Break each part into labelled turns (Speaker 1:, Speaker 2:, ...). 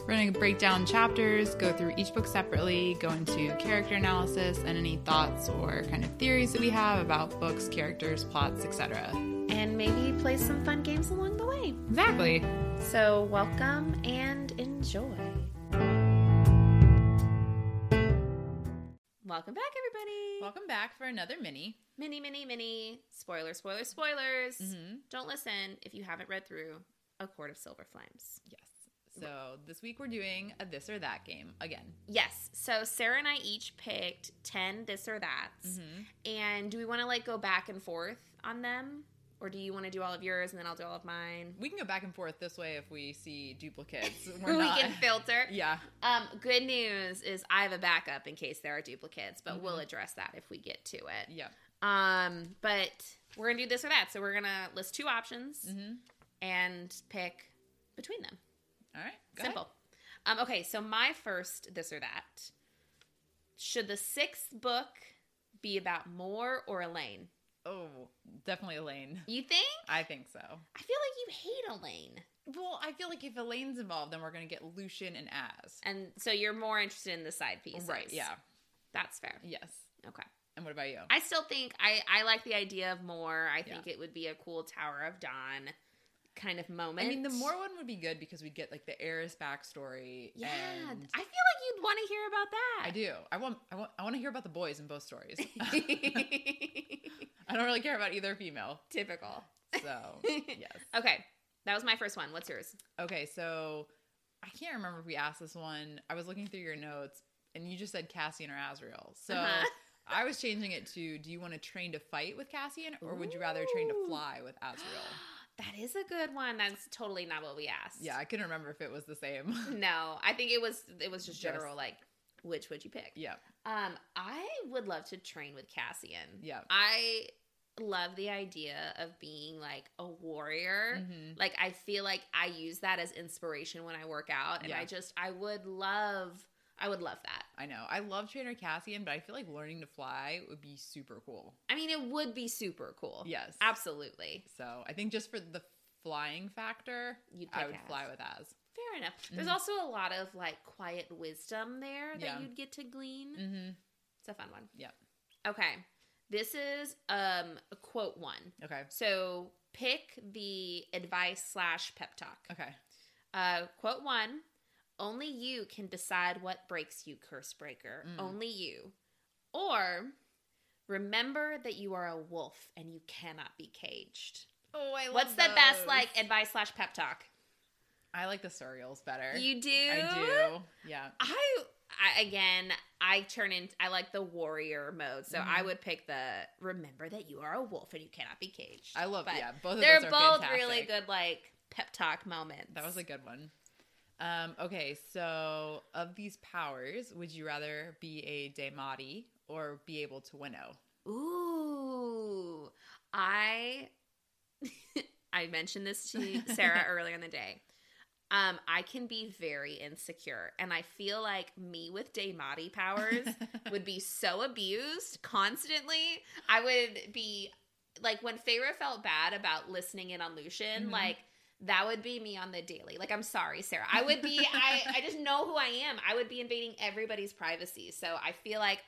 Speaker 1: We're going to break down chapters, go through each book separately, go into character analysis and any thoughts or kind of theories that we have about books, characters, plots, etc.
Speaker 2: And maybe play some fun games along the way.
Speaker 1: Exactly.
Speaker 2: So, welcome and enjoy. Welcome back, everybody.
Speaker 1: Welcome back for another mini.
Speaker 2: Mini, mini, mini. Spoiler, spoiler, spoilers. Don't listen if you haven't read through A Court of Silver Flames.
Speaker 1: Yes. So this week we're doing a this or that game again.
Speaker 2: Yes. So, Sarah and I each picked 10 this or that's.
Speaker 1: Mm-hmm.
Speaker 2: And do we want to like go back and forth on them? Or do you want to do all of yours and then I'll do all of mine?
Speaker 1: We can go back and forth this way if we see duplicates.
Speaker 2: We
Speaker 1: We're not.
Speaker 2: can filter.
Speaker 1: yeah.
Speaker 2: Um, good news is I have a backup in case there are duplicates, but
Speaker 1: Mm-hmm.
Speaker 2: we'll address that if we get to it.
Speaker 1: Yeah.
Speaker 2: Um, but we're gonna do this or that. So we're gonna list two options
Speaker 1: Mm-hmm.
Speaker 2: and pick between them.
Speaker 1: All right. go ahead.
Speaker 2: Simple. Um, okay, so my first this or that. Should the sixth book be about Moore or Elaine?
Speaker 1: Oh, definitely Elaine.
Speaker 2: You think?
Speaker 1: I think so.
Speaker 2: I feel like you hate Elaine.
Speaker 1: Well, I feel like if Elaine's involved, then we're going to get Lucian and Az.
Speaker 2: And so you're more interested in the side pieces.
Speaker 1: Right. Yeah.
Speaker 2: That's fair.
Speaker 1: Yes.
Speaker 2: Okay.
Speaker 1: And what about you?
Speaker 2: I still think I I like the idea of more. I think it would be a cool Tower of Dawn kind of moment.
Speaker 1: I mean, the more one would be good because we'd get like the heiress backstory.
Speaker 2: Yeah,
Speaker 1: and
Speaker 2: I feel like you'd want to hear about that.
Speaker 1: I do. I want. I want. I want to hear about the boys in both stories.
Speaker 2: do.
Speaker 1: I don't really care about either female.
Speaker 2: Typical.
Speaker 1: So yes.
Speaker 2: Okay, that was my first one. What's yours?
Speaker 1: Okay. So I can't remember if we asked this one. I was looking through your notes, and you just said Cassian or Azrael. So.
Speaker 2: Uh-huh.
Speaker 1: I was changing it to Do you want to train to fight with Cassian, or would you rather train to
Speaker 2: Ooh.
Speaker 1: fly with Azrael?
Speaker 2: that is a good one. That's totally not what we asked.
Speaker 1: Yeah, I couldn't remember if it was the same.
Speaker 2: No, I think it was it was just
Speaker 1: Just-
Speaker 2: general like which would you pick?
Speaker 1: yeah,
Speaker 2: Um, I would love to train with Cassian.
Speaker 1: yeah.
Speaker 2: I love the idea of being like a warrior.
Speaker 1: Mhm.
Speaker 2: Like I feel like I use that as inspiration when I work out and
Speaker 1: Yeah.
Speaker 2: I just I would love I would love that.
Speaker 1: I know. I love Trainer Cassian, but I feel like learning to fly would be super cool.
Speaker 2: I mean it would be super cool.
Speaker 1: Yes.
Speaker 2: Absolutely.
Speaker 1: So I think just for the flying factor,
Speaker 2: You'd pick
Speaker 1: I would
Speaker 2: Az.
Speaker 1: fly with Az.
Speaker 2: Fair enough. There's
Speaker 1: Mhm.
Speaker 2: also a lot of like quiet wisdom there that
Speaker 1: Yeah.
Speaker 2: you'd get to glean.
Speaker 1: Mm-hmm.
Speaker 2: It's a fun one.
Speaker 1: Yep.
Speaker 2: Okay. This is um a quote one.
Speaker 1: Okay.
Speaker 2: So pick the advice slash pep talk.
Speaker 1: Okay.
Speaker 2: Uh, quote one Only you can decide what breaks you, curse breaker.
Speaker 1: Mm.
Speaker 2: Only you. Or remember that you are a wolf and you cannot be caged.
Speaker 1: Oh, I love
Speaker 2: What's the best like advice slash pep talk?
Speaker 1: I like the surreals better.
Speaker 2: You do?
Speaker 1: I do. Yeah.
Speaker 2: I, I again, I turn in. I like the warrior mode, so I
Speaker 1: Mhm.
Speaker 2: would pick the remember that you are a wolf and you cannot be caged.
Speaker 1: I love
Speaker 2: But
Speaker 1: yeah. Both of
Speaker 2: They're
Speaker 1: those are
Speaker 2: both
Speaker 1: fantastic.
Speaker 2: really good like pep talk moments.
Speaker 1: That was a good one. Um, okay, so of these powers, would you rather be a Daimati or be able to winnow?
Speaker 2: Ooh, I I mentioned this to Sarah earlier in the day. Um, I can be very insecure, and I feel like me with Daimati powers would be so abused constantly. I would be like when Feyre felt bad about listening in on Lucian,
Speaker 1: Mhm.
Speaker 2: like that would be me on the daily. Like I'm sorry, Sarah. I would be I I just know who I am. I would be invading everybody's privacy. So I feel like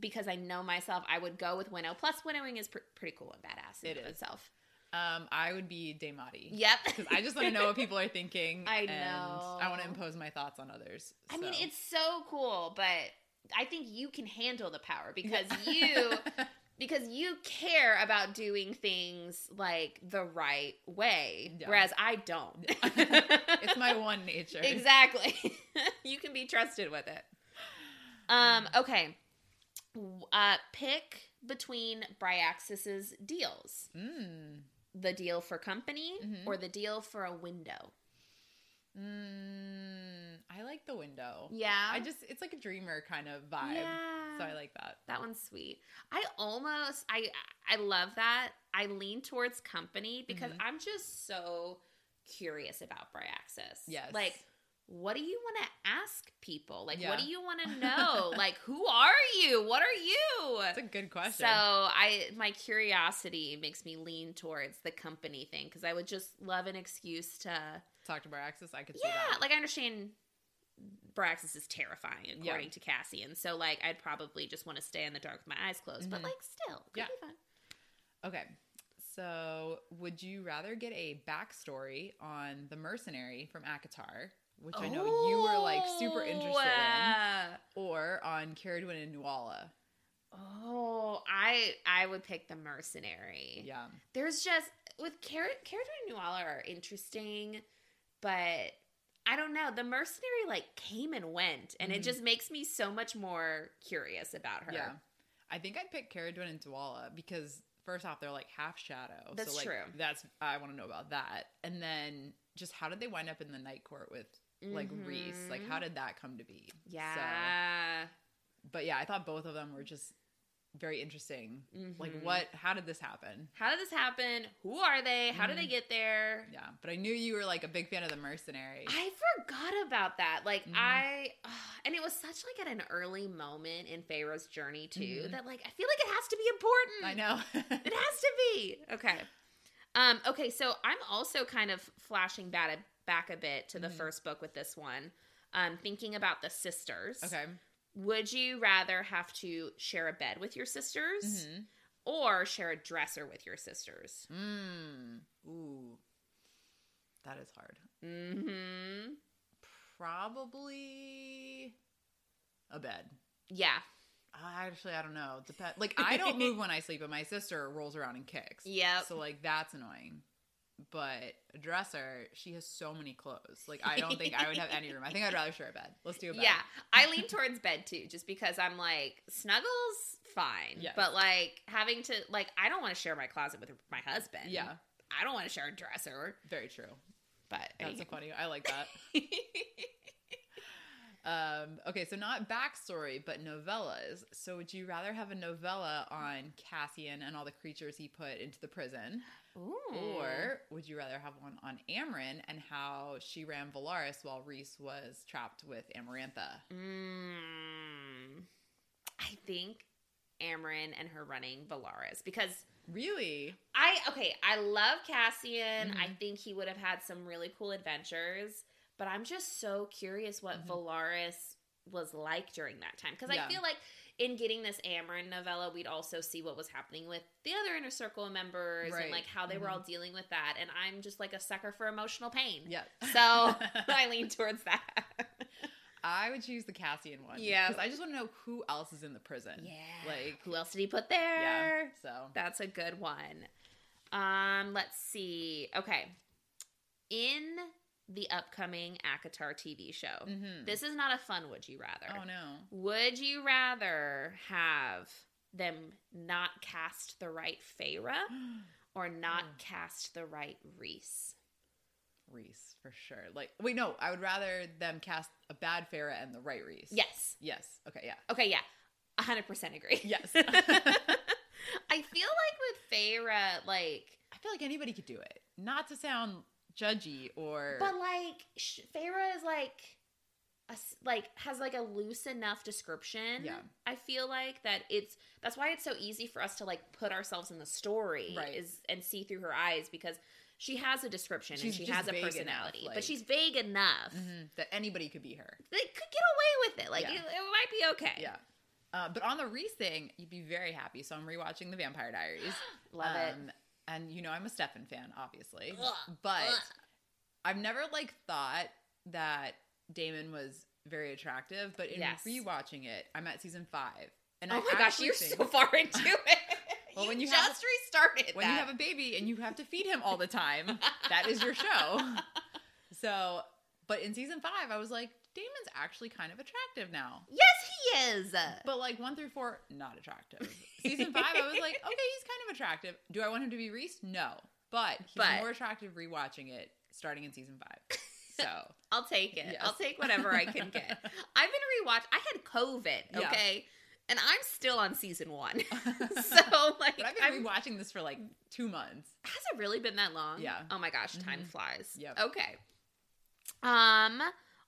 Speaker 2: because I know myself, I would go with Winnow. Plus winnowing is pr- pretty cool and badass in
Speaker 1: It
Speaker 2: it
Speaker 1: is.
Speaker 2: itself.
Speaker 1: um, I would be Daimati.
Speaker 2: Yep.
Speaker 1: because I just want to know what people are thinking.
Speaker 2: I
Speaker 1: and I want
Speaker 2: know.
Speaker 1: to impose my thoughts on others.
Speaker 2: I mean,
Speaker 1: so.
Speaker 2: it's so cool, but I think you can handle the power because you because you care about doing things like the right way,
Speaker 1: Yeah.
Speaker 2: whereas I don't.
Speaker 1: it's my one nature.
Speaker 2: exactly. you can be trusted with it. Um.
Speaker 1: Mm.
Speaker 2: Okay. W- Uh, pick between Bryaxis's deals:
Speaker 1: Mm.
Speaker 2: the deal for company
Speaker 1: Mhm.
Speaker 2: or the deal for a window.
Speaker 1: Mm. I like the window.
Speaker 2: Yeah.
Speaker 1: I just it's like a dreamer kind of vibe.
Speaker 2: Yeah.
Speaker 1: So I like that.
Speaker 2: that one's sweet. I almost I I love that. I lean towards company because
Speaker 1: Mhm.
Speaker 2: I'm just so curious about Bryaxis.
Speaker 1: Yes.
Speaker 2: Like what do you want to ask people? Like what
Speaker 1: Yeah.
Speaker 2: do you want to know? like who are you? What are you?
Speaker 1: that's a good question.
Speaker 2: So I my curiosity makes me lean towards the company thing because I would just love an excuse to
Speaker 1: Talk to Baraxis, I could see
Speaker 2: yeah
Speaker 1: that.
Speaker 2: like I understand Braxis is terrifying
Speaker 1: Yeah.
Speaker 2: according to Cassie and so like I'd probably just want to stay in the dark with my eyes closed but
Speaker 1: Mhm.
Speaker 2: like still could
Speaker 1: Yeah.
Speaker 2: be fun
Speaker 1: okay. So would you rather get a backstory on the mercenary from Akatar, which I know you were like super interested in,
Speaker 2: Oh,
Speaker 1: or on Caradwin and Nuala?
Speaker 2: Oh, I I would pick the mercenary.
Speaker 1: Yeah.
Speaker 2: There's just with Carrot Carrot and Nuala are interesting, but I don't know. The mercenary like came and went, and it
Speaker 1: Mhm.
Speaker 2: just makes me so much more curious about her.
Speaker 1: Yeah. I think I'd pick Caradwin and Dwala because first off, they're like half shadow.
Speaker 2: That's
Speaker 1: so like
Speaker 2: true.
Speaker 1: that's I want to know about that. And then just how did they wind up in the night court with like Reese? Like how
Speaker 2: Mhm.
Speaker 1: did that come to be? So,
Speaker 2: Yeah.
Speaker 1: but yeah, I thought both of them were just very interesting. Like
Speaker 2: Mhm.
Speaker 1: what how did this happen?
Speaker 2: How did this happen? Who are they? How did they
Speaker 1: Mhm.
Speaker 2: get there?
Speaker 1: Yeah. But I knew you were like a big fan of the mercenary.
Speaker 2: I forgot about that. Like
Speaker 1: Mhm.
Speaker 2: I, ugh, and it was such like at an early moment in Pharaoh's journey too
Speaker 1: Mhm.
Speaker 2: that like I feel like it has to be important.
Speaker 1: I know.
Speaker 2: it has to be okay. Um, okay, so I'm also kind of flashing back a, back a bit to the
Speaker 1: Mhm.
Speaker 2: first book with this one. Um, thinking about the sisters.
Speaker 1: okay.
Speaker 2: Would you rather have to share a bed with your sisters
Speaker 1: Mhm.
Speaker 2: or share a dresser with your sisters?
Speaker 1: Mm. Ooh. That is hard.
Speaker 2: hmm
Speaker 1: Probably a bed.
Speaker 2: Yeah.
Speaker 1: I Actually, I don't know. Depend. Like I don't move when I sleep, but my sister rolls around and kicks.
Speaker 2: Yep.
Speaker 1: So like that's annoying. But a dresser, she has so many clothes. Like I don't think I would have any room. I think I'd rather share a bed. Let's do a bed.
Speaker 2: Yeah, I lean towards bed too, just because I'm like snuggles, fine,
Speaker 1: Yes.
Speaker 2: but like having to like I don't want to share my closet with my husband.
Speaker 1: Yeah.
Speaker 2: I don't want to share a dresser.
Speaker 1: Very true.
Speaker 2: But
Speaker 1: That's a funny. I like that.
Speaker 2: anyway.
Speaker 1: Um, okay, so not backstory, but novellas. So would you rather have a novella on Cassian and all the creatures he put into the prison,
Speaker 2: Mm.
Speaker 1: or would you rather have one on Amryn and how she ran Valaris while Reese was trapped with Amarantha?
Speaker 2: Mm. I think Amarin and her running Valaris because
Speaker 1: Really?
Speaker 2: I okay, I love Cassian. I
Speaker 1: Mhm.
Speaker 2: think he would have had some really cool adventures, but I'm just so curious what
Speaker 1: Mhm.
Speaker 2: Valaris was like during that time because
Speaker 1: Yeah.
Speaker 2: I feel like in getting this Amarin novella, we'd also see what was happening with the other inner circle members
Speaker 1: Right. Mm-hmm.
Speaker 2: and like how they were all dealing with that. And I'm just like a sucker for emotional pain,
Speaker 1: Yes.
Speaker 2: so I lean towards that.
Speaker 1: I would choose the Cassian one.
Speaker 2: Yeah.
Speaker 1: Because I just want to know who else is in the prison.
Speaker 2: yeah,
Speaker 1: Like-
Speaker 2: who else did he put there?
Speaker 1: Yeah. So
Speaker 2: That's a good one. Um, let's see. Okay. In the upcoming ACOTAR TV show,
Speaker 1: mhm.
Speaker 2: this is not a fun would you rather.
Speaker 1: Oh no.
Speaker 2: Would you rather have them not cast the right Feyre or not
Speaker 1: Oh.
Speaker 2: cast the right Reese?
Speaker 1: Reese, for sure. Like wait, no, I would rather them cast a bad Farah and the right Reese.
Speaker 2: Yes.
Speaker 1: Yes. Okay, yeah.
Speaker 2: Okay, yeah. 100% agree.
Speaker 1: Yes.
Speaker 2: I feel like with Feyre, like,
Speaker 1: I feel like anybody could do it. Not to sound judgy or
Speaker 2: But like sh- Farah is like a s like has like a loose enough description.
Speaker 1: Yeah.
Speaker 2: I feel like that it's that's why it's so easy for us to like put ourselves in the story
Speaker 1: Right.
Speaker 2: is and see through her eyes because she has a description
Speaker 1: She's
Speaker 2: and she
Speaker 1: just
Speaker 2: has a
Speaker 1: vague enough,
Speaker 2: personality,
Speaker 1: like-
Speaker 2: but she's vague enough.
Speaker 1: Mhm, that anybody could be her.
Speaker 2: They could get away with it. Like
Speaker 1: Yeah.
Speaker 2: it, it might be okay.
Speaker 1: Yeah. Uh, but on the Reese thing, you'd be very happy. So I'm rewatching The Vampire Diaries.
Speaker 2: Love
Speaker 1: Um, And you know, I'm a Stefan fan, obviously.
Speaker 2: Ugh,
Speaker 1: but
Speaker 2: ugh.
Speaker 1: I've never like thought that Damon was very attractive. But in
Speaker 2: Yes.
Speaker 1: rewatching it, I'm at season five.
Speaker 2: it.
Speaker 1: And
Speaker 2: Oh
Speaker 1: I
Speaker 2: my gosh,
Speaker 1: actually
Speaker 2: you're
Speaker 1: think
Speaker 2: so far into it.
Speaker 1: Well,
Speaker 2: you
Speaker 1: when you
Speaker 2: just
Speaker 1: have-
Speaker 2: restarted
Speaker 1: when
Speaker 2: that.
Speaker 1: you have a baby and you have to feed him all the time, that is your show. So, but in season five, I was like, Damon's actually kind of attractive now.
Speaker 2: yes, he is.
Speaker 1: But like one through four, not attractive. Season five, I was like, okay, he's kind of attractive. Do I want him to be Reese? No. But he's
Speaker 2: But-
Speaker 1: more attractive rewatching it starting in season five. So
Speaker 2: I'll take it.
Speaker 1: Yes.
Speaker 2: I'll take whatever I can get. I've been rewatch. I had COVID,
Speaker 1: Yeah.
Speaker 2: okay, and I'm still on season one. so like,
Speaker 1: But I've
Speaker 2: I'm-
Speaker 1: been rewatching this for like two months.
Speaker 2: has it really been that long?
Speaker 1: Yeah.
Speaker 2: Oh my gosh, time
Speaker 1: Mhm.
Speaker 2: flies.
Speaker 1: Yep.
Speaker 2: Okay. Um.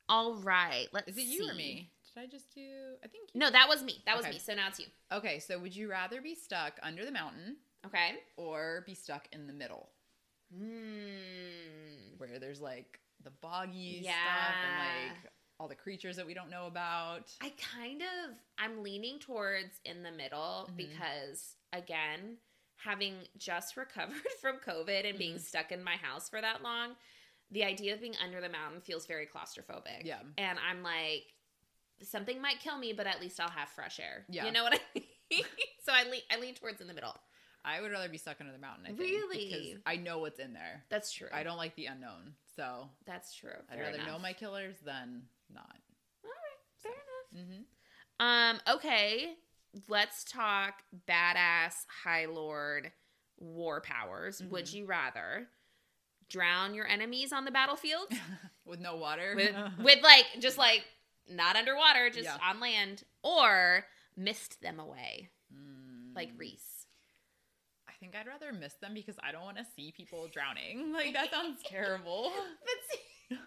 Speaker 2: All right. Let's.
Speaker 1: Is it you or
Speaker 2: see.
Speaker 1: me? Did I just do? I think. You...
Speaker 2: No, that was me. That was
Speaker 1: Okay.
Speaker 2: me. So now it's you.
Speaker 1: Okay, so would you rather be stuck under the mountain
Speaker 2: Okay.
Speaker 1: or be stuck in the middle
Speaker 2: Hmm.
Speaker 1: where there's like the boggy stuff and
Speaker 2: Yeah.
Speaker 1: like all the creatures that we don't know about?
Speaker 2: I kind of I'm leaning towards in the middle
Speaker 1: Mhm.
Speaker 2: because again, having just recovered from COVID and being
Speaker 1: Mhm.
Speaker 2: stuck in my house for that long, the idea of being under the mountain feels very claustrophobic.
Speaker 1: Yeah.
Speaker 2: And I'm like something might kill me, but at least I'll have fresh air.
Speaker 1: Yeah.
Speaker 2: You know what I mean? so I lean I lean towards in the middle.
Speaker 1: I would rather be stuck under the mountain. I think,
Speaker 2: Really?
Speaker 1: Because I know what's in there.
Speaker 2: That's true.
Speaker 1: I don't like the unknown, so
Speaker 2: That's true.
Speaker 1: I'd
Speaker 2: Fair
Speaker 1: rather know
Speaker 2: enough.
Speaker 1: my killers than not.
Speaker 2: All right. Fair enough.
Speaker 1: Mm-hmm.
Speaker 2: Um, okay. Let's talk badass high lord war powers. Would
Speaker 1: Mhm.
Speaker 2: you rather drown your enemies on the battlefield
Speaker 1: With no water.
Speaker 2: with with like just like not underwater, just
Speaker 1: Yeah.
Speaker 2: on land, or mist them away like
Speaker 1: Mm.
Speaker 2: Reese?
Speaker 1: I think I'd rather miss them because I don't want to see people drowning. Like that sounds terrible.
Speaker 2: But see,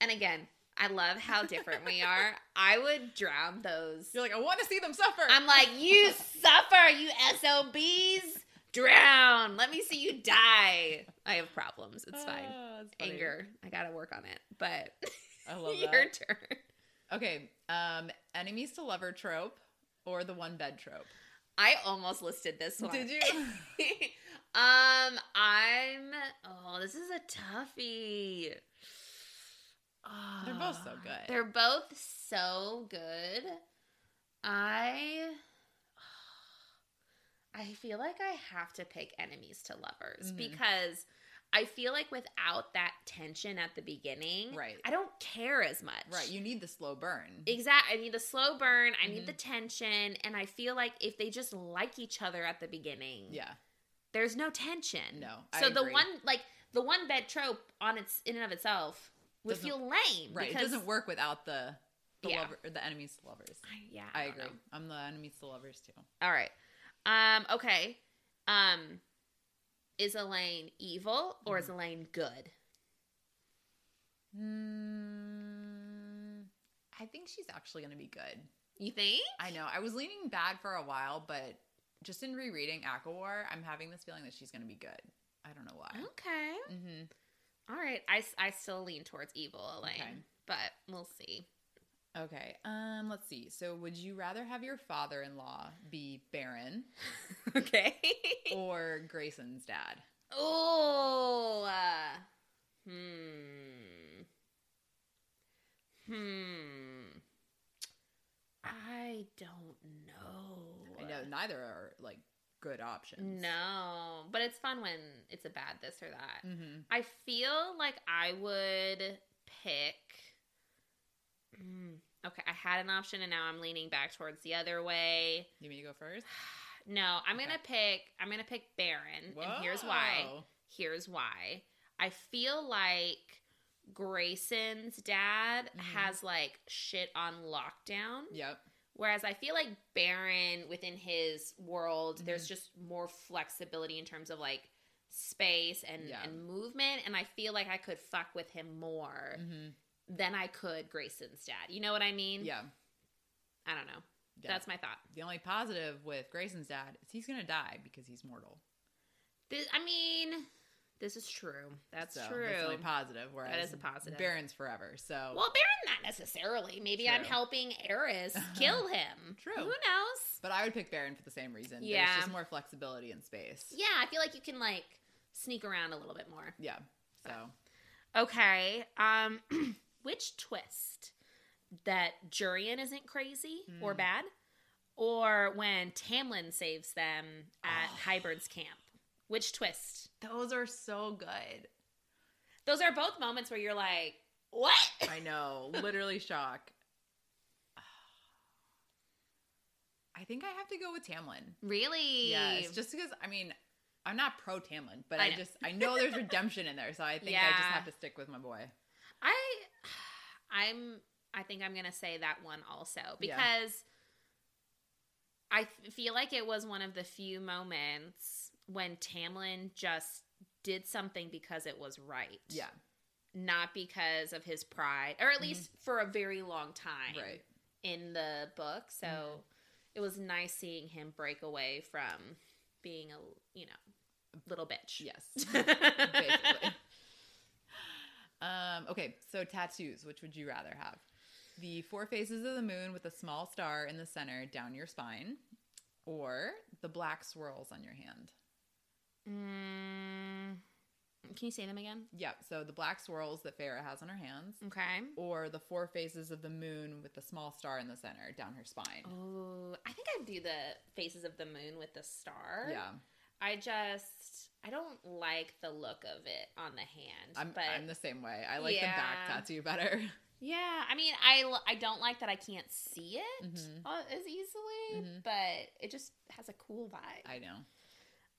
Speaker 2: and again, I love how different we are. I would drown those.
Speaker 1: You're like, I want to see them suffer.
Speaker 2: I'm like, you suffer, you SOBs. Drown. Let me see you die. I have problems. It's fine.
Speaker 1: Ah, that's funny.
Speaker 2: Anger. I got to work on it. But
Speaker 1: I love
Speaker 2: your
Speaker 1: that.
Speaker 2: turn.
Speaker 1: Okay, um, enemies to lover trope or the one bed trope.
Speaker 2: I almost listed this one.
Speaker 1: Did you?
Speaker 2: um, I'm. Oh, this is a toughie.
Speaker 1: They're both so
Speaker 2: Ah,
Speaker 1: good.
Speaker 2: They're both so good. I. I feel like I have to pick enemies to lovers
Speaker 1: Mhm.
Speaker 2: because I feel like without that tension at the beginning,
Speaker 1: Right.
Speaker 2: I don't care as much.
Speaker 1: right, you need the slow burn.
Speaker 2: Exactly. I need the slow burn. I need the
Speaker 1: Mm-hmm.
Speaker 2: tension, and I feel like if they just like each other at the beginning,
Speaker 1: yeah,
Speaker 2: there's no tension.
Speaker 1: No, I
Speaker 2: So the
Speaker 1: agree.
Speaker 2: one like the one bed trope on its in and of itself would
Speaker 1: Doesn't-
Speaker 2: feel lame.
Speaker 1: right.
Speaker 2: because-
Speaker 1: it doesn't work without the the
Speaker 2: Yeah.
Speaker 1: lover, or the enemies to lovers.
Speaker 2: I, yeah,
Speaker 1: I,
Speaker 2: don't
Speaker 1: agree.
Speaker 2: know.
Speaker 1: I'm the enemies to lovers too.
Speaker 2: All right. Um. Okay. Um. Is Elaine evil or
Speaker 1: Mm-hmm.
Speaker 2: is Elaine good?
Speaker 1: Mm, I think she's actually gonna be good.
Speaker 2: You think?
Speaker 1: I know. I was leaning bad for a while, but just in rereading Aquawar, I'm having this feeling that she's gonna be good. I don't know why.
Speaker 2: Okay.
Speaker 1: Mm-hmm.
Speaker 2: All right. I, s- I still lean towards evil Elaine,
Speaker 1: Okay.
Speaker 2: but we'll see.
Speaker 1: Okay. Um. Let's see. So, would you rather have your father-in-law be Baron
Speaker 2: Okay.
Speaker 1: or Grayson's dad?
Speaker 2: Oh. Uh, hmm. Hmm. I don't know.
Speaker 1: I know neither are like good options.
Speaker 2: No, but it's fun when it's a bad this or that.
Speaker 1: Mm-hmm.
Speaker 2: I feel like I would pick. Mm, okay, I had an option and now I'm leaning back towards the other way.
Speaker 1: You mean to go first?
Speaker 2: No, I'm gonna pick. I'm gonna pick Baron, and here's why.
Speaker 1: Whoa.
Speaker 2: here's why. I feel like Grayson's dad
Speaker 1: Mhm.
Speaker 2: has like shit on lockdown,
Speaker 1: Yep.
Speaker 2: whereas I feel like Baron within his world,
Speaker 1: Mm-hmm.
Speaker 2: there's just more flexibility in terms of like space and,
Speaker 1: Yeah.
Speaker 2: and movement. And I feel like I could fuck with him more
Speaker 1: Mm-hmm.
Speaker 2: than I could Grayson's dad. You know what I mean?
Speaker 1: Yeah.
Speaker 2: I don't know.
Speaker 1: yeah.
Speaker 2: That's my thought.
Speaker 1: the only positive with Grayson's dad is he's gonna die because he's mortal.
Speaker 2: This, I mean, this is true. That's
Speaker 1: So
Speaker 2: true.
Speaker 1: That's the only positive. Whereas
Speaker 2: is a positive.
Speaker 1: Baron's forever. So
Speaker 2: Well, Baron, not necessarily. Maybe I'm
Speaker 1: Oh. True.
Speaker 2: helping Eris kill him.
Speaker 1: True.
Speaker 2: Who knows?
Speaker 1: But I would pick Baron for the same reason.
Speaker 2: Yeah.
Speaker 1: There's just more flexibility in space.
Speaker 2: Yeah, I feel like you can like sneak around a little bit more.
Speaker 1: Yeah. So
Speaker 2: Okay. Um, which twist that Jurian isn't crazy or
Speaker 1: Hmm.
Speaker 2: bad, or when Tamlin saves them at
Speaker 1: Oh.
Speaker 2: Hybrid's camp? Which twist?
Speaker 1: those are so good.
Speaker 2: Those are both moments where you're like, what?
Speaker 1: I know. Literally shock. I think I have to go with Tamlin.
Speaker 2: Really?
Speaker 1: Yes. Just because I mean, I'm not pro Tamlin, but
Speaker 2: I
Speaker 1: I,
Speaker 2: know.
Speaker 1: just I know there's redemption in there, so I think I
Speaker 2: Yeah.
Speaker 1: just have to stick with my boy.
Speaker 2: I I'm I think I'm going to say that one also because I f- feel like it was one of the few moments when Tamlin just did something because it was right.
Speaker 1: Yeah.
Speaker 2: Not because of his pride, or at
Speaker 1: Mhm.
Speaker 2: least for a very long time
Speaker 1: Right.
Speaker 2: in the book. So
Speaker 1: Mhm.
Speaker 2: it was nice seeing him break away from being a, you know, little bitch.
Speaker 1: Yes.
Speaker 2: Basically.
Speaker 1: Basically. um, okay, so tattoos. Which would you rather have? The four faces of the moon with a small star in the center down your spine, or the black swirls on your hand?
Speaker 2: Mm, can you say them again?
Speaker 1: Yep. So the black swirls that Farah has on her hands,
Speaker 2: Okay.
Speaker 1: or the four faces of the moon with a small star in the center down her spine.
Speaker 2: Oh, I think I'd do the faces of the moon with the star.
Speaker 1: Yeah,
Speaker 2: I just I don't like the look of it on the hand.
Speaker 1: I'm,
Speaker 2: but
Speaker 1: I'm the same way. I like the back
Speaker 2: Yeah.
Speaker 1: tattoo better.
Speaker 2: yeah, I mean, I l- I don't like that I can't see it
Speaker 1: Mhm.
Speaker 2: uh, as easily,
Speaker 1: Mhm.
Speaker 2: but it just has a cool vibe.
Speaker 1: I know.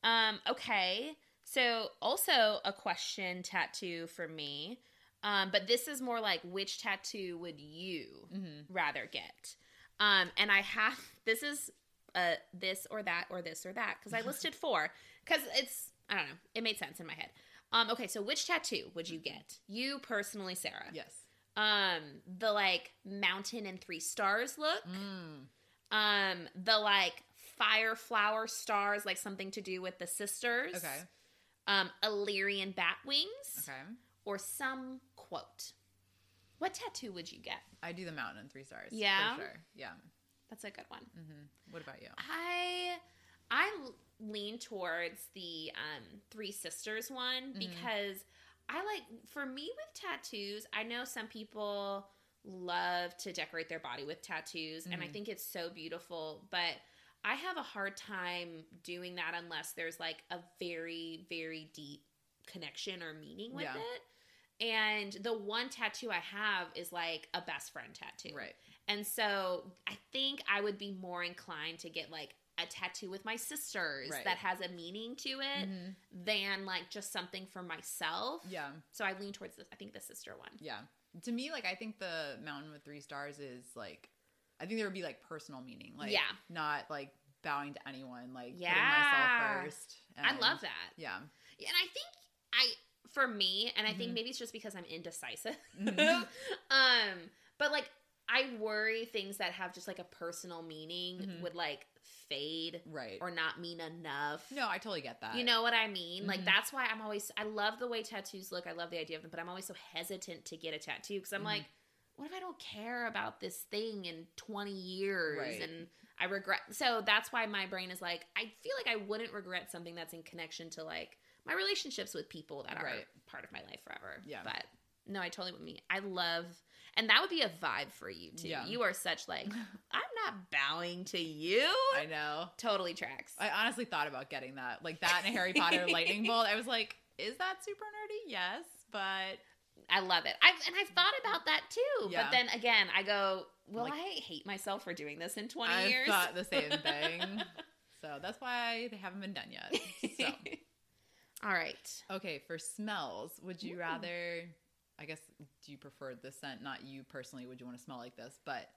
Speaker 2: Um, okay. So also a question tattoo for me. Um, but this is more like which tattoo would you
Speaker 1: hmm
Speaker 2: rather get? Um, and I have this is uh this or that or this or that because I listed four because it's I don't know it made sense in my head. Um, okay, so which tattoo would you get? You personally, Sarah.
Speaker 1: Yes.
Speaker 2: Um, the like mountain and three stars look.
Speaker 1: Mm.
Speaker 2: Um, the like fire flower stars, like something to do with the sisters.
Speaker 1: Okay.
Speaker 2: Um, Illyrian bat wings
Speaker 1: Okay.
Speaker 2: or some quote. What tattoo would you get?
Speaker 1: I do the mountain and three stars.
Speaker 2: Yeah?
Speaker 1: For sure. Yeah.
Speaker 2: That's a good one.
Speaker 1: hmm What about you?
Speaker 2: I I l- lean towards the um Three Sisters one
Speaker 1: Mhm.
Speaker 2: because I like for me with tattoos, I know some people love to decorate their body with tattoos and I
Speaker 1: Mhm.
Speaker 2: think it's so beautiful, but I have a hard time doing that unless there's like a very very deep connection or meaning with
Speaker 1: Yeah.
Speaker 2: it. And the one tattoo I have is like a best friend tattoo.
Speaker 1: Right.
Speaker 2: And so I think I would be more inclined to get like a tattoo with my sisters
Speaker 1: Right.
Speaker 2: that has a meaning to it
Speaker 1: Mhm.
Speaker 2: than like just something for myself.
Speaker 1: Yeah.
Speaker 2: So I lean towards this. I think the sister one.
Speaker 1: Yeah. To me, like I think the mountain with three stars is like, I think there would be like personal meaning, like
Speaker 2: Yeah.
Speaker 1: not like bowing to anyone, like
Speaker 2: Yeah.
Speaker 1: putting myself first.
Speaker 2: I
Speaker 1: and-
Speaker 2: love that.
Speaker 1: Yeah.
Speaker 2: And I think I for me, and I think
Speaker 1: Mhm.
Speaker 2: maybe it's just because I'm indecisive.
Speaker 1: Mhm.
Speaker 2: um, but like I worry things that have just like a personal meaning
Speaker 1: Mhm.
Speaker 2: would like fade
Speaker 1: Right.
Speaker 2: or not mean enough.
Speaker 1: no, I totally get that.
Speaker 2: You know what I mean? Like
Speaker 1: Mhm.
Speaker 2: that's why I'm always I love the way tattoos look. I love the idea of them, but I'm always so hesitant to get a tattoo because I'm
Speaker 1: Mhm.
Speaker 2: like, what if I don't care about this thing in 20 years
Speaker 1: Right.
Speaker 2: and I regret? So that's why my brain is like, I feel like I wouldn't regret something that's in connection to like my relationships with people that are
Speaker 1: Right.
Speaker 2: part of my life forever.
Speaker 1: Yeah.
Speaker 2: but. No, I totally would mean. I love, and that would be a vibe for you too.
Speaker 1: Yeah.
Speaker 2: You are such like, I'm not bowing to you.
Speaker 1: I know.
Speaker 2: totally tracks.
Speaker 1: I honestly thought about getting that, like that and a Harry Potter lightning bolt. I was like, is that super nerdy? Yes, but
Speaker 2: I love it. I've and I've thought about that too.
Speaker 1: Mm-hmm. Yeah.
Speaker 2: But then again, I go, well,
Speaker 1: Like-
Speaker 2: I hate myself for doing this in 20
Speaker 1: I
Speaker 2: years.
Speaker 1: thought the same thing. so that's why they haven't been done yet. So.
Speaker 2: All right.
Speaker 1: Okay, for smells, would you
Speaker 2: Ooh.
Speaker 1: rather? I guess do you prefer the scent? Not you personally. Would you want to smell like this? But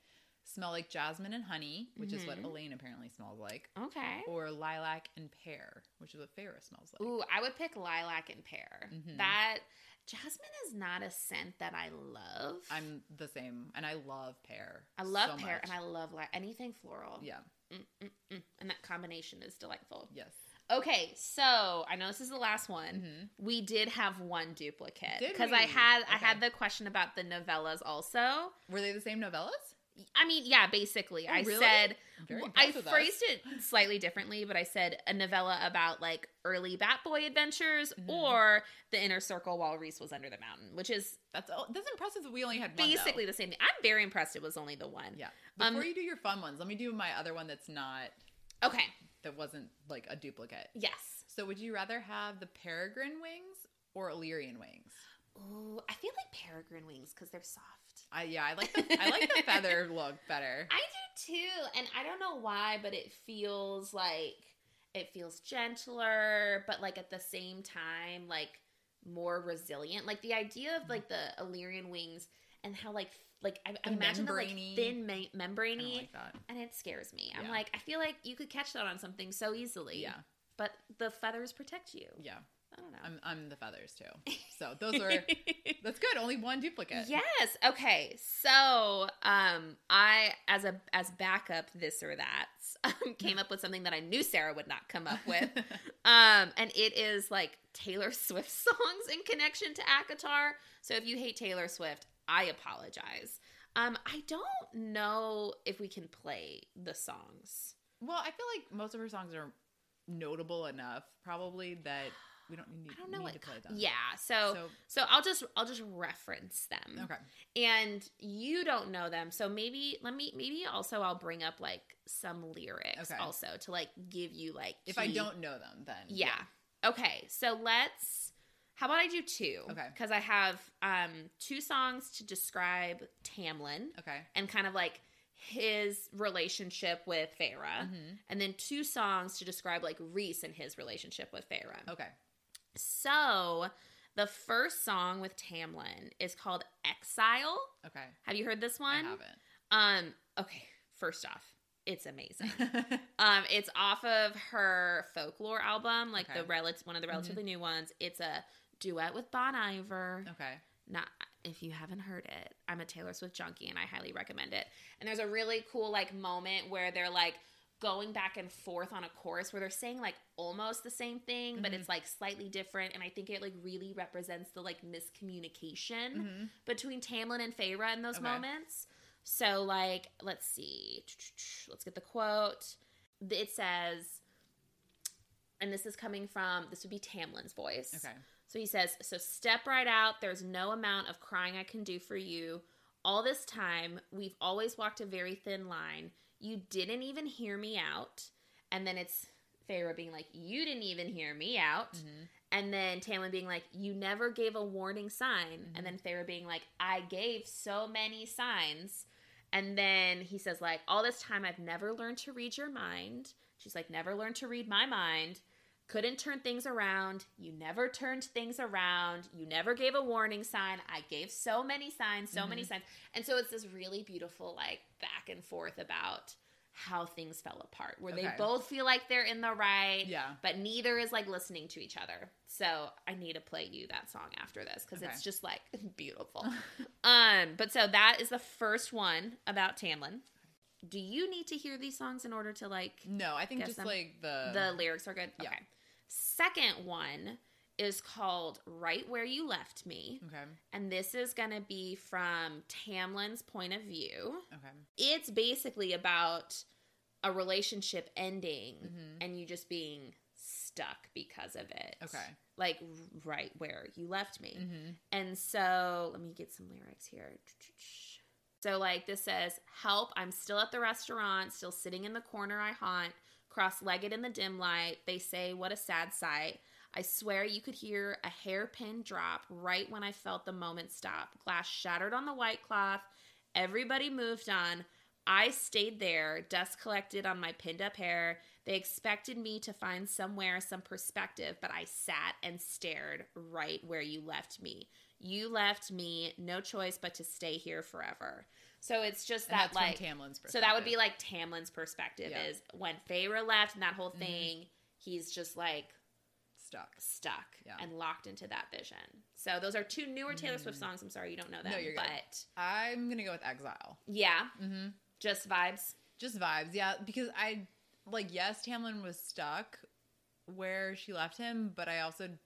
Speaker 1: smell like jasmine and honey, which is what
Speaker 2: Mhm.
Speaker 1: Elaine apparently smells like,
Speaker 2: Okay.
Speaker 1: or lilac and pear, which is what Farah smells like.
Speaker 2: Ooh, I would pick lilac and pear.
Speaker 1: Mhm.
Speaker 2: That jasmine is not a scent that I love.
Speaker 1: I'm the same, and I love pear.
Speaker 2: I love
Speaker 1: so
Speaker 2: pear
Speaker 1: much.
Speaker 2: and I love li- anything floral.
Speaker 1: yeah,
Speaker 2: Mm-mm-mm. And that combination is delightful.
Speaker 1: yes.
Speaker 2: Okay, so I know this is the last one.
Speaker 1: hmm
Speaker 2: We did have one duplicate
Speaker 1: Did
Speaker 2: because I
Speaker 1: we?
Speaker 2: had I
Speaker 1: Okay.
Speaker 2: had the question about the novellas also.
Speaker 1: Were they the same novellas?
Speaker 2: I mean, yeah, basically.
Speaker 1: Oh,
Speaker 2: I
Speaker 1: really?
Speaker 2: said
Speaker 1: I'm very
Speaker 2: I
Speaker 1: impressed with us.
Speaker 2: phrased it slightly differently, but I said a novella about like early Bat Boy adventures
Speaker 1: Mhm.
Speaker 2: or the inner circle while Reese was under the mountain, which is
Speaker 1: That's oh, that's impressive. That we only had one, though.
Speaker 2: basically the same thing. I'm very impressed it was only the one.
Speaker 1: Yeah.
Speaker 2: um,
Speaker 1: Before you do your fun ones, let me do my other one. That's not
Speaker 2: Okay.
Speaker 1: that wasn't like a duplicate.
Speaker 2: Yes.
Speaker 1: So, would you rather have the peregrine wings or Illyrian wings?
Speaker 2: Ooh, I feel like peregrine wings because they're soft.
Speaker 1: I yeah, I like the, I like the feather look better.
Speaker 2: I do too, and I don't know why, but it feels like it feels gentler, but like at the same time, like more resilient. Like the idea of like the Illyrian wings and how like f- like I, I
Speaker 1: The
Speaker 2: imagine the like
Speaker 1: membraney.
Speaker 2: thin me-
Speaker 1: I don't
Speaker 2: membraney
Speaker 1: like that.
Speaker 2: and it scares me. I'm
Speaker 1: Yeah.
Speaker 2: like I feel like you could catch that on something so easily.
Speaker 1: Yeah,
Speaker 2: But the feathers protect you.
Speaker 1: yeah.
Speaker 2: I don't know.
Speaker 1: I'm I'm the feathers too. So those are that's good. Only one duplicate.
Speaker 2: Yes. Okay. So, um, I as a as backup this or that um, came up with something that I knew Sarah would not come up with, um, and it is like Taylor Swift songs in connection to ACOTAR. So if you hate Taylor Swift, I apologize. Um, I don't know if we can play the songs.
Speaker 1: well, I feel like most of her songs are notable enough, probably that we don't need,
Speaker 2: I don't know
Speaker 1: need
Speaker 2: what
Speaker 1: to play them.
Speaker 2: Yeah. So, so
Speaker 1: So
Speaker 2: I'll just I'll just reference them.
Speaker 1: okay.
Speaker 2: and you don't know them so maybe let me maybe also i'll bring up like some lyrics
Speaker 1: Okay.
Speaker 2: also to like give you like
Speaker 1: If I
Speaker 2: key-
Speaker 1: don't know them, then
Speaker 2: yeah okay so let's how about i do two
Speaker 1: Okay.
Speaker 2: because i have um two songs to describe tamlin
Speaker 1: Okay.
Speaker 2: and kind of like his relationship with Feyre,
Speaker 1: Mhm.
Speaker 2: and then two songs to describe like Reese and his relationship with Feyre.
Speaker 1: Okay.
Speaker 2: So, the first song with Tamlin is called "Exile,"
Speaker 1: Okay.
Speaker 2: Have you heard this
Speaker 1: I
Speaker 2: one? Um, okay, first off, it's amazing.
Speaker 1: haven't.
Speaker 2: um, it's off of her folklore album, like the
Speaker 1: Okay.
Speaker 2: relative one of the relatively new ones. It's a duet with Bon Iver.
Speaker 1: okay.
Speaker 2: Not if you haven't heard it, I'm a Taylor Swift junkie and I highly recommend it. And there's a really cool like moment where they're like going back and forth on a chorus where they're saying like almost the same thing, but
Speaker 1: Mhm.
Speaker 2: it's like slightly different. And I think it like really represents the like miscommunication
Speaker 1: Mhm.
Speaker 2: between Tamlin and Feyre in those
Speaker 1: Okay.
Speaker 2: moments. So, like, let's see. Let's get the quote. It says, and this is coming from, this would be Tamlin's voice.
Speaker 1: Okay.
Speaker 2: So he says, So step right out. There's no amount of crying I can do for you. All this time, we've always walked a very thin line. You didn't even hear me out. And then it's Feyre being like, You didn't even hear me out.
Speaker 1: Mhm.
Speaker 2: And then Tamlin being like, You never gave a warning sign.
Speaker 1: Mhm.
Speaker 2: And then Feyre being like, I gave so many signs. And then he says, like, all this time I've never learned to read your mind. She's like, never learned to read my mind. Couldn't turn things around. You never turned things around. You never gave a warning sign. I gave so many signs, so many signs. And so it's this really beautiful, like, back and forth about how things fell apart, where they
Speaker 1: Okay.
Speaker 2: both feel like they're in the right
Speaker 1: Yeah.
Speaker 2: but neither is like listening to each other. So I need to play you that song after this because
Speaker 1: Okay.
Speaker 2: it's just like beautiful. um, but so that is the first one about Tamlin. Do you need to hear these songs in order to like
Speaker 1: No, I think
Speaker 2: Guess
Speaker 1: just
Speaker 2: them.
Speaker 1: like the
Speaker 2: the lyrics are good?
Speaker 1: yeah.
Speaker 2: Okay. Second one is called Right Where You Left Me.
Speaker 1: Okay.
Speaker 2: And this is going to be from Tamlin's point of view.
Speaker 1: Okay.
Speaker 2: It's basically about a relationship ending
Speaker 1: Mhm.
Speaker 2: and you just being stuck because of it.
Speaker 1: Okay.
Speaker 2: Like r- right where you left me.
Speaker 1: Mhm.
Speaker 2: And so let me get some lyrics here. So, like, this says, Help, I'm still at the restaurant, still sitting in the corner I haunt, cross legged in the dim light. They say, What a sad sight. I swear you could hear a hairpin drop right when I felt the moment stop. Glass shattered on the white cloth. Everybody moved on. I stayed there, dust collected on my pinned up hair. They expected me to find somewhere some perspective, but I sat and stared right where you left me. You left me no choice but to stay here forever. So it's just
Speaker 1: And
Speaker 2: that
Speaker 1: that's
Speaker 2: like
Speaker 1: from Tamlin's
Speaker 2: so that would be like Tamlin's perspective
Speaker 1: Yeah.
Speaker 2: is when Feyre left and that whole
Speaker 1: Mhm.
Speaker 2: thing, he's just like
Speaker 1: stuck.
Speaker 2: stuck
Speaker 1: Yeah.
Speaker 2: and locked into that vision. So those are two newer Taylor Swift
Speaker 1: Mm.
Speaker 2: songs. I'm sorry you don't know
Speaker 1: No,
Speaker 2: them,
Speaker 1: you're good.
Speaker 2: but
Speaker 1: I'm gonna go with exile.
Speaker 2: yeah,
Speaker 1: Mm-hmm.
Speaker 2: just vibes.
Speaker 1: Just vibes, yeah. Because I like yes, Tamlin was stuck where she left him, but I also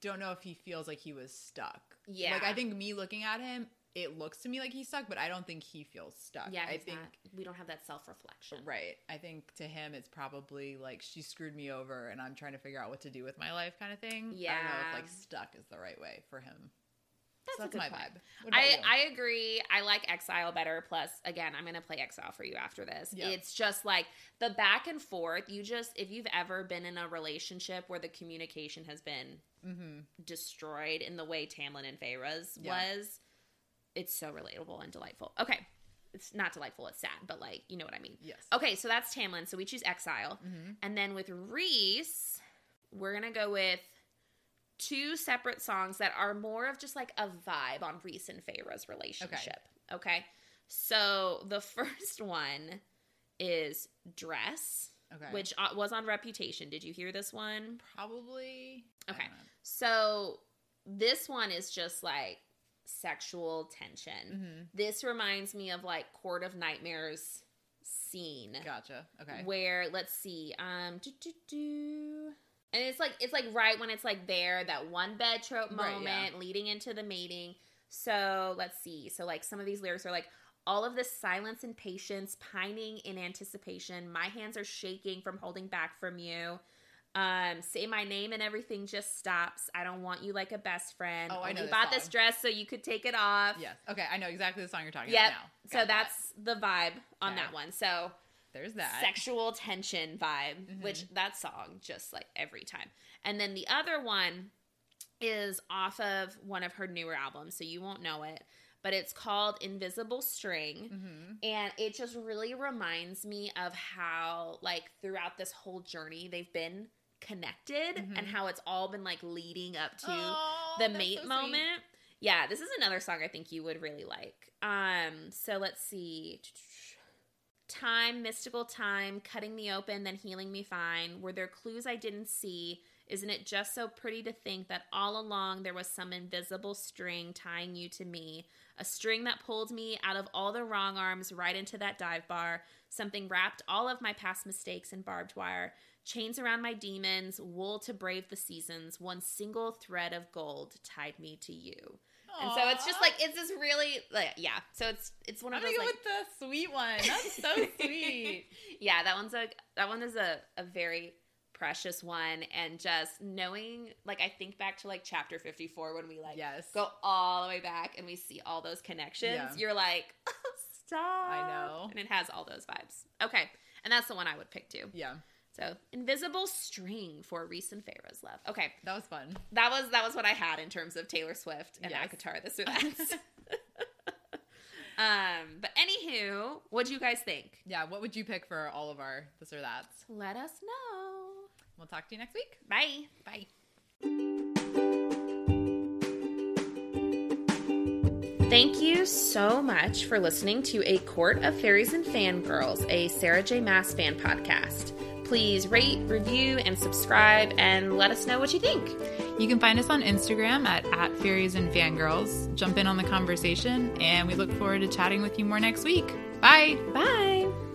Speaker 1: don't know if he feels like he was stuck.
Speaker 2: Yeah.
Speaker 1: Like I think me looking at him, it looks to me like he's stuck, but I don't think he feels stuck.
Speaker 2: Yeah,
Speaker 1: I
Speaker 2: he's
Speaker 1: think
Speaker 2: not- we don't have that self reflection.
Speaker 1: Right. I think to him, it's probably like she screwed me over, and I'm trying to figure out what to do with my life, kind of thing. I don't know
Speaker 2: Yeah.
Speaker 1: if like stuck is the right way for him.
Speaker 2: That's,
Speaker 1: so
Speaker 2: a
Speaker 1: that's
Speaker 2: good
Speaker 1: my
Speaker 2: point.
Speaker 1: vibe. What about
Speaker 2: I,
Speaker 1: you?
Speaker 2: I agree. I like Exile better. Plus, again, I'm going to play Exile for you after this.
Speaker 1: Yeah.
Speaker 2: It's just like the back and forth. You just, if you've ever been in a relationship where the communication has been
Speaker 1: Mhm.
Speaker 2: destroyed in the way Tamlin and Feyre's
Speaker 1: Yeah.
Speaker 2: was, it's so relatable and delightful. Okay. It's not delightful, it's sad, but like, you know what I mean.
Speaker 1: Yes.
Speaker 2: Okay, so that's Tamlin. So we choose Exile.
Speaker 1: Mhm.
Speaker 2: And then with Reese, we're going to go with two separate songs that are more of just like a vibe on Reese and Feyre's relationship. Okay. So the first one is Dress,
Speaker 1: Okay.
Speaker 2: which uh, was on Reputation. Did you hear this one?
Speaker 1: probably. I
Speaker 2: Okay.
Speaker 1: don't know.
Speaker 2: So this one is just like sexual tension.
Speaker 1: Mhm.
Speaker 2: This reminds me of like Court of Nightmares scene
Speaker 1: Gotcha. Okay.
Speaker 2: where let's see um do, do, do. and it's like it's like right when it's like there that one bed trope
Speaker 1: Right,
Speaker 2: moment
Speaker 1: yeah.
Speaker 2: leading into the mating so let's see so like some of these lyrics are like all of this silence and patience pining in anticipation my hands are shaking from holding back from you um say my name and everything just stops i don't want you like a best friend
Speaker 1: Oh, I know
Speaker 2: you
Speaker 1: this
Speaker 2: bought this
Speaker 1: song.
Speaker 2: dress so you could take it off
Speaker 1: Yes. Okay. I know exactly the song you're talking
Speaker 2: Yep.
Speaker 1: about now.
Speaker 2: so
Speaker 1: Got that.
Speaker 2: that's the vibe on
Speaker 1: Okay.
Speaker 2: that one so
Speaker 1: there's that.
Speaker 2: sexual tension vibe,
Speaker 1: Mhm.
Speaker 2: which that song just like every time. And then the other one is off of one of her newer albums, so you won't know it, but it's called Invisible String.
Speaker 1: hmm
Speaker 2: And it just really reminds me of how, like, throughout this whole journey, they've been connected and
Speaker 1: Mhm.
Speaker 2: how it's all been like leading up to
Speaker 1: Oh,
Speaker 2: the mate moment. Yeah, this is another song I think you would really like. Um, so let's see. Time, mystical time, cutting me open, then healing me fine. Were there clues I didn't see? Isn't it just so pretty to think that all along there was some invisible string tying you to me? A string that pulled me out of all the wrong arms right into that dive bar, something wrapped all of my past mistakes in barbed wire, chains around my demons, wool to brave the seasons, one single thread of gold tied me to you. And so it's just like it's this really like yeah. So it's it's one
Speaker 1: I'm
Speaker 2: of
Speaker 1: gonna
Speaker 2: those
Speaker 1: go
Speaker 2: like
Speaker 1: with the sweet one. Oh That's so sweet.
Speaker 2: yeah, that one's a that one is a, a very precious one and just knowing like I think back to like chapter 54 when we like
Speaker 1: yes.
Speaker 2: go all the way back and we see all those connections,
Speaker 1: Yeah.
Speaker 2: you're like, "Oh, stop.
Speaker 1: I know.
Speaker 2: And it has all those vibes. Okay. And that's the one I would pick too.
Speaker 1: Yeah.
Speaker 2: So invisible string for Reese and Pharaoh's love. Okay.
Speaker 1: That was fun.
Speaker 2: That was that was what I had in terms of Taylor Swift and
Speaker 1: Yes.
Speaker 2: Akatar this or that. um, but anywho, what do you guys think?
Speaker 1: Yeah. What would you pick for all of our this or that's?
Speaker 2: Let us know.
Speaker 1: We'll talk to you next week.
Speaker 2: Bye.
Speaker 1: Bye.
Speaker 2: Thank you so much for listening to A Court of Fairies and Fangirls, a Sarah J. Mass fan podcast. Please rate, review, and subscribe and let us know what you think.
Speaker 1: You can find us on Instagram at, at Fairies and Fangirls. Jump in on the conversation, and we look forward to chatting with you more next week. Bye.
Speaker 2: Bye.